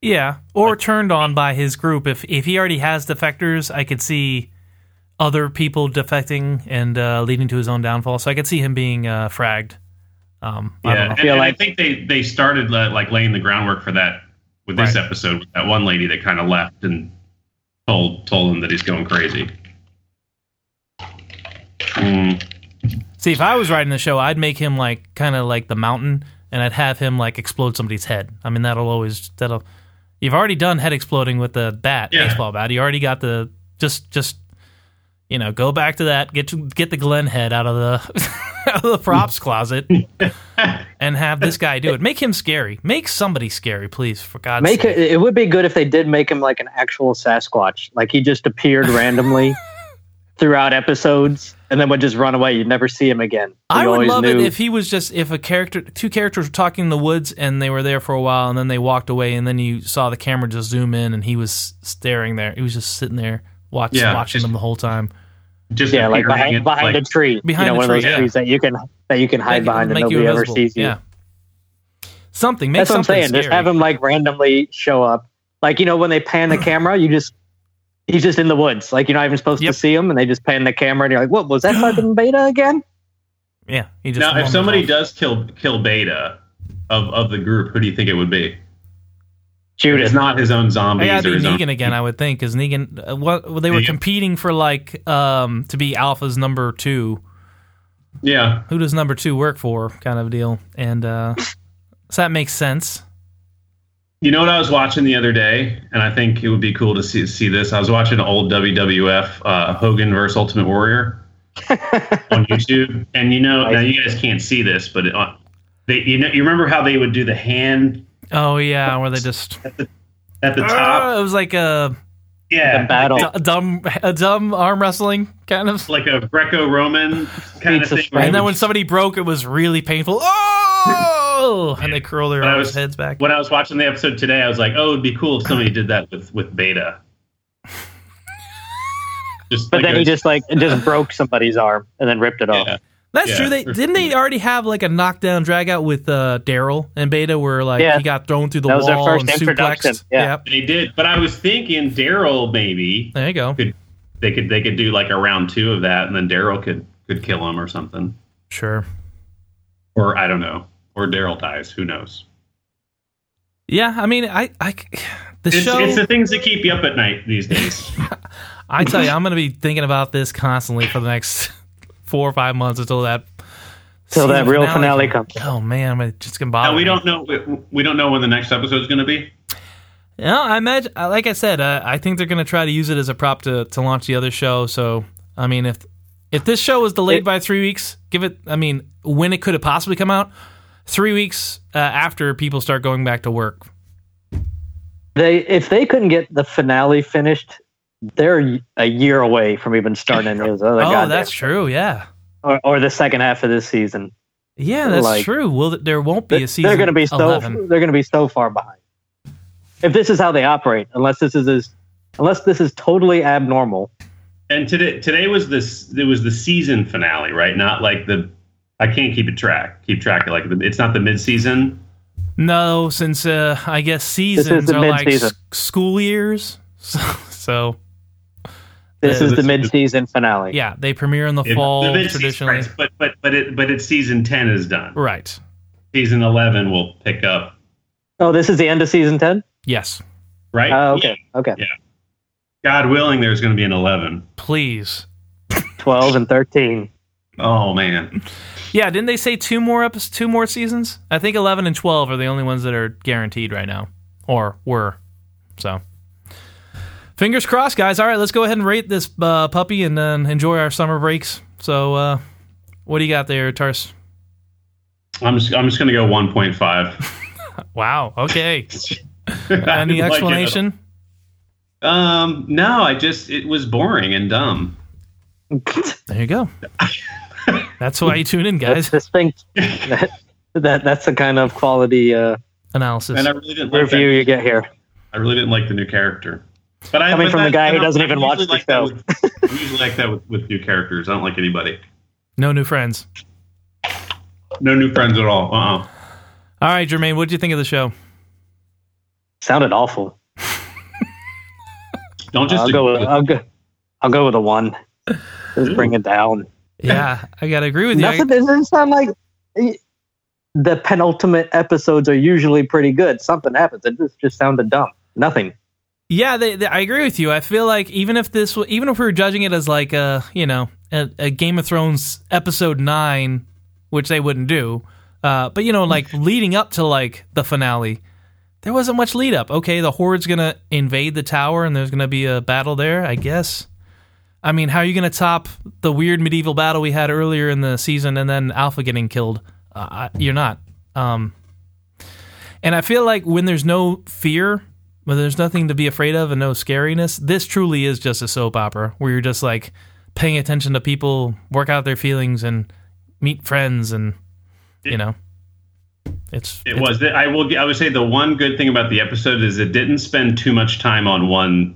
S2: yeah, or turned on by his group. If if he already has defectors, I could see other people defecting and uh, leading to his own downfall. So I could see him being uh, fragged. Um, I don't
S1: yeah,
S2: know.
S1: and,
S3: feel
S1: and
S3: like-
S1: I think they they started uh, like laying the groundwork for that with this
S2: Right.
S1: episode with that one lady that kind of left and told told him that he's going crazy. Mm,
S2: See, if I was writing the show, I'd make him like kind of like the mountain, and I'd have him like explode somebody's head. I mean, that'll always that'll. You've already done head exploding with the bat,
S1: Yeah.
S2: baseball bat. You already got the just just. You know, go back to that. Get to, get the Glen head out of the out of the props closet, and have this guy do it. Make him scary. Make somebody scary, please. For God's
S3: Make
S2: sake.
S3: it, it would be good if they did make him like an actual Sasquatch, like he just appeared randomly throughout episodes and then would just run away. You'd never see him again. So
S2: I
S3: you
S2: would
S3: always
S2: love
S3: knew-
S2: it if he was just if a character, two characters were talking in the woods and they were there for a while and then they walked away and then you saw the camera just zoom in and he was staring there. He was just sitting there, watch,
S1: Yeah,
S2: watching
S1: just-
S2: them the whole time.
S1: just
S3: yeah, like
S1: appearing
S3: behind,
S1: and, like,
S3: behind a tree,
S2: Behind
S3: you know,
S2: a
S3: one of
S2: tree,
S3: those
S1: yeah.
S3: trees that you can that you can hide
S2: Make-
S3: behind and
S2: make you
S3: nobody ever
S2: invisible.
S3: sees you.
S2: Yeah, something. Make
S3: That's what I'm
S2: something
S3: saying.
S2: scary.
S3: Just have him like randomly show up, like you know when they pan the camera, you just. He's just in the woods. Like, you're not even supposed
S2: Yep.
S3: to see him, and they just pan the camera, and you're like, what, was that fucking beta again?
S2: yeah, he just
S1: now, if
S2: wanders
S1: somebody
S2: off.
S1: does kill kill Beta of of the group, who do you think it would be?
S3: Judith.
S1: It's not his own zombies
S2: Yeah, it'd
S1: or
S2: be
S1: his
S2: Negan
S1: own.
S2: again, I would think, because Negan. Uh, what well, they were
S1: Negan.
S2: competing for, like, um, to be Alpha's number two.
S1: Yeah,
S2: Who does number two work for? Kind of deal, and uh, so that makes sense.
S1: you know what I was watching the other day, and I think it would be cool to see see this. I was watching an old WWF uh, Hogan versus Ultimate Warrior. on YouTube, and you know
S3: I-
S1: now you guys can't see this, but it, uh, they you know you remember how they would do the hand
S2: Oh yeah, where they just
S1: at the top,
S2: Ah, it was like a,
S1: yeah,
S3: the battle.
S2: d- dumb a dumb arm wrestling kind of.
S1: like a Greco-Roman kind of
S3: Jesus
S1: thing.
S3: Christ.
S2: And then when somebody broke, it was really painful. Oh, and they curl their
S1: But I
S2: arms
S1: was-
S2: heads back.
S1: when I was watching the episode today, I was like, oh, it'd be cool if somebody did that with with Beta. Just
S3: But
S1: like
S3: then
S1: a-
S3: he just like just broke somebody's arm and then ripped it off.
S1: Yeah.
S2: That's
S1: yeah.
S2: true. They didn't they already have like a knockdown drag out with uh, Daryl and Beta, where like
S3: Yeah.
S2: he got thrown through the
S3: That was their
S2: wall
S3: first
S2: and
S3: introduction,
S2: suplexed.
S3: yeah.
S2: Yep.
S1: they did, but I was thinking Daryl maybe
S2: There you go.
S1: they could they could do like a round two of that, and then Daryl could could kill him or something,
S2: Sure.
S1: or I don't know, or Daryl dies. Who knows?
S2: Yeah, I mean, I, I c- the
S1: It's,
S2: show.
S1: it's the things that keep you up at night these days.
S2: I tell you, I'm going to be thinking about this constantly for the next four or five months until that
S3: Till that
S2: season
S3: real finale comes.
S2: Oh man, I'm just gonna bother.
S1: Now, we
S2: me.
S1: don't know. We, we don't know when the next episode is going to be.
S2: No, I imagine. I- Like I said, uh, I think they're going to try to use it as a prop to, to launch the other show. So, I mean, if if this show was delayed
S3: It-
S2: by three weeks, give it. I mean, when it could have possibly come out, three weeks uh, after people start going back to work.
S3: They if they couldn't get the finale finished, they're a year away from even starting those other
S2: oh,
S3: goddamn-
S2: that's true. Yeah,
S3: or, or the second half of this season.
S2: yeah, that's
S3: Like-
S2: true. Will th- there won't be
S3: They're
S2: a season?
S3: going to be so
S2: 11.
S3: they're going to be so far behind. If this is how they operate, unless this is, is unless this is totally abnormal,
S1: And today, today was this. It was the season finale, right? Not like the. I can't keep it track. Keep track of like the, it's not the mid season.
S2: No, since uh, I guess
S3: is
S2: seasons
S3: the
S2: are like
S3: mid-season.
S2: s- school years. So, so
S3: this
S1: Yeah,
S3: is the
S1: this is-
S3: mid-season finale.
S2: yeah, they premiere in the fall traditionally.
S1: but but but it but it's season ten is done.
S2: Right.
S1: Season eleven will pick up.
S3: Oh, this is the end of season ten.
S2: Yes.
S1: Right.
S3: Oh, okay, okay.
S1: God willing, there's going to be an eleven.
S2: Please.
S3: Twelve and thirteen.
S1: Oh man.
S2: Yeah, didn't they say two more episodes, two more seasons? I think 11 and 12 are the only ones that are guaranteed right now or were. So fingers crossed guys. All right, let's go ahead and rate this uh, puppy and then enjoy our summer breaks. So uh what do you got there, Tars?
S1: I'm just I'm just going to go one point five.
S2: Wow. Okay. Any explanation?
S1: um. No. I just it was boring and dumb.
S2: there you go. That's why you tune in, guys.
S3: That's distinct. that, that that's the kind of quality uh,
S2: Analysis.
S1: And I really didn't like that
S3: review you get here.
S1: I really didn't like the new character. But I,
S3: Coming
S1: but
S3: from the guy who
S1: I'm-
S3: doesn't
S1: I'm
S3: even
S1: usually
S3: watch the
S1: like that with- I'm usually like that with, with new characters. I don't like anybody.
S2: No new friends.
S1: No new friends at all. Uh uh
S2: All right, Jermaine, what did you think of the show?
S3: Sounded awful.
S1: Don't just
S3: I'll go with I'll go, I'll go with a one. Just bring it down.
S2: Yeah, I got to agree with you.
S3: Nothing doesn't sound like eh, the penultimate episodes are usually pretty good. Something happens. It just, just sounded dumb. Nothing.
S2: Yeah, they, they, I agree with you. I feel like even if this, w- even if we were judging it as like a, you know, a, a Game of Thrones episode nine, which they wouldn't do, uh, but you know, like leading up to like the finale, there wasn't much lead up. Okay, the horde's gonna invade the tower, and there's gonna be a battle there, I guess. I mean, how are you gonna top the weird medieval battle we had earlier in the season, and then Alpha getting killed? Uh, I- you're not. Um, and I feel like when there's no fear, when there's nothing to be afraid of and no scariness, this truly is just a soap opera where you're just like paying attention to people, work out their feelings, and meet friends, and you know, it's
S1: It
S2: it's-
S1: was. I will. I would say the one good thing about the episode is it didn't spend too much time on one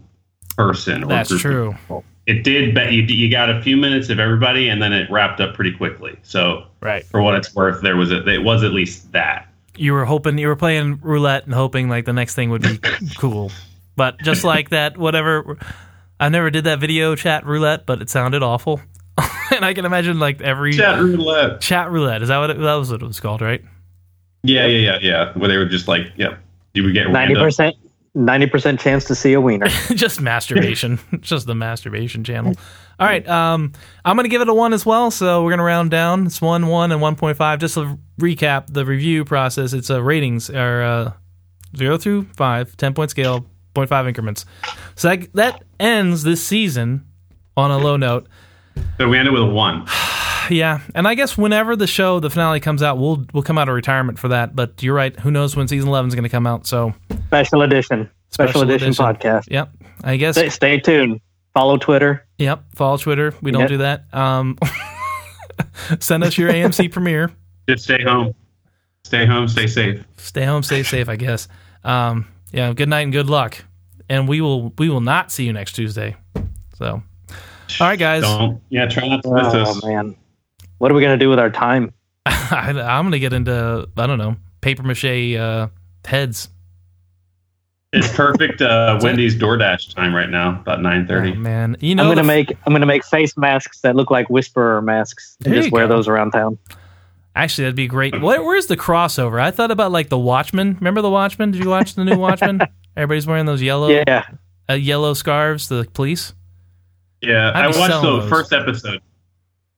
S1: person. Or
S2: That's
S1: group.
S2: true.
S1: It did, but you you got a few minutes of everybody, and then it wrapped up pretty quickly. So
S2: Right.
S1: for what it's worth, there was a, it was at least that.
S2: You were hoping you were playing roulette and hoping like the next thing would be cool, but just like that, whatever. I never did that video chat roulette, but it sounded awful, and I can imagine like every
S1: Chat roulette.
S2: chat roulette. Is that what it, that was? What it was called, right?
S1: Yeah, yeah, yeah, yeah. Where they were just like, yeah, you would get
S3: Ninety
S1: random-
S3: percent. Ninety percent chance to see a wiener.
S2: just masturbation just the masturbation channel all right um i'm gonna give it a one as well so we're gonna round down it's one one and 1.5 just to recap the review process it's a ratings are uh zero through five 10 point scale 0.5 increments so that, that ends this season on a low note
S1: So we ended with a one.
S2: yeah and i guess whenever the show the finale comes out we'll we'll come out of retirement for that but you're right who knows when season 11 is gonna come out so
S3: Special edition.
S2: Special
S3: Special, edition,
S2: edition.
S3: podcast.
S2: yep i guess
S3: Stay, stay tuned. Follow Twitter.
S2: Yep, follow Twitter. We don't
S3: Yep.
S2: do that. Um, send us your AMC premiere.
S1: Just stay home. Stay home. Stay safe.
S2: Stay home, stay safe. I guess. Um, yeah. Good night and good luck. And we will we will not see you next Tuesday. So, all right, guys.
S1: Don't. Yeah, try not to miss
S3: Oh
S1: us.
S3: man, what are we gonna do with our time?
S2: I, I'm gonna get into I don't know paper mache uh, heads.
S1: It's perfect uh, Wendy's DoorDash time right now, about nine
S2: Oh,
S1: thirty.
S2: man, you know
S3: I'm gonna
S2: the-
S3: make I'm gonna make face masks that look like whisperer masks and
S2: There
S3: just
S2: you
S3: wear
S2: go.
S3: those around town.
S2: Actually, that'd be great. Where, where's the crossover? I thought about like the Watchmen. Remember the Watchmen? Did you watch the new Watchmen? Everybody's wearing those yellow
S3: Yeah,
S2: uh, yellow scarves. The police.
S1: Yeah,
S2: I'd
S1: I
S2: be
S1: watched
S2: selling
S1: the
S2: those.
S1: first episode.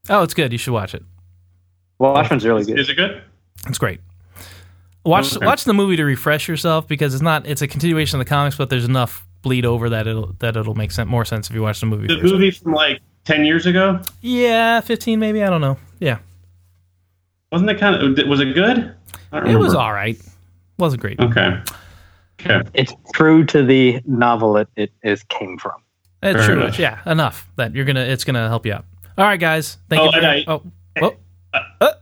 S2: Oh, it's good. You should watch it.
S3: Watchmen's really good.
S1: Is it good?
S2: It's great. Watch
S1: Okay.
S2: watch the movie to refresh yourself because it's not it's a continuation of the comics, but there's enough bleed over that it'll that it'll make sen- more sense if you watch the movie.
S1: The
S2: first.
S1: movie from like ten years ago
S2: Yeah, fifteen maybe I don't know. Yeah,
S1: wasn't it kind of was it good? I don't
S2: it was
S1: remember.
S2: all right. Wasn't great.
S1: Okay. Okay.
S3: It's true to the novel it, it is came from.
S2: It's
S1: Fair
S2: true.
S1: enough.
S2: Yeah, enough that you're gonna. It's gonna help you out. All right, guys. Thank
S1: Oh,
S2: you. For,
S1: and I-
S2: oh, oh,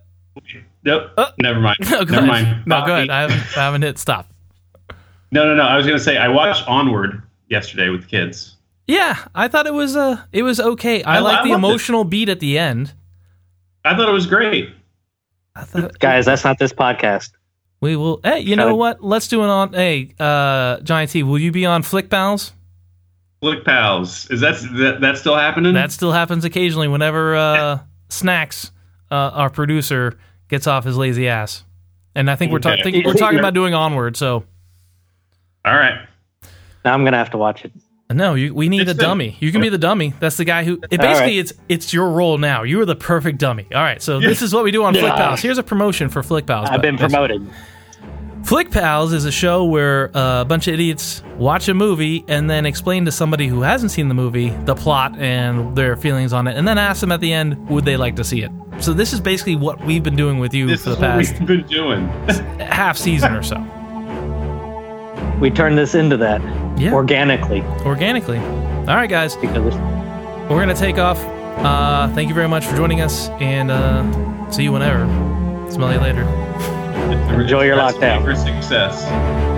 S1: Nope.
S2: Uh,
S1: never mind.
S2: no, go
S1: never
S2: ahead.
S1: mind.
S2: No, go ahead. I haven't, I haven't hit stop.
S1: No, no, no. I was gonna say I watched Onward yesterday with the kids.
S2: Yeah, I thought it was uh it was okay. I,
S1: I-
S2: like
S1: I
S2: the
S1: loved it.
S2: emotional beat at the end.
S1: I thought it was great.
S2: I thought
S3: Guys, that's not this podcast.
S2: we will. Hey, you
S3: Got
S2: know
S3: it.
S2: what? Let's do an on. Hey, uh, Giant T, will you be on Flick Pals?
S3: Mm-hmm.
S1: Flick pals. Is that that, that still happening?
S2: That still happens occasionally whenever uh, Snacks, uh, our producer, gets off his lazy ass. And I think we're, ta-
S1: Okay.
S2: think we're talking about doing Onward. So
S1: all right.
S3: Now I'm gonna have to watch it.
S2: no, you, we need
S1: It's
S2: a
S1: the-
S2: dummy. You can be the dummy. That's the guy who. It
S3: All
S2: basically,
S3: right.
S2: it's it's your role now. You are the perfect dummy. All right, so this is what we do on Flick Pals. Here's a promotion for Flick Pals.
S3: I've been
S2: but-
S3: promoted.
S2: Flick Pals is a show where uh, a bunch of idiots watch a movie and then explain to somebody who hasn't seen the movie the plot and their feelings on it, and then ask them at the end would they like to see it. So this is basically what we've been doing with you
S1: This
S2: for the
S1: is what
S2: past
S1: we've been doing.
S2: half season or so,
S3: We turned this into that
S2: Yeah.
S3: organically
S2: organically. All right, guys,
S3: because it's
S2: we're gonna take off. Uh, thank you very much for joining us, and uh, see you whenever. Smell you later.
S3: Enjoy your
S1: Recipe
S3: lockdown.
S1: for success.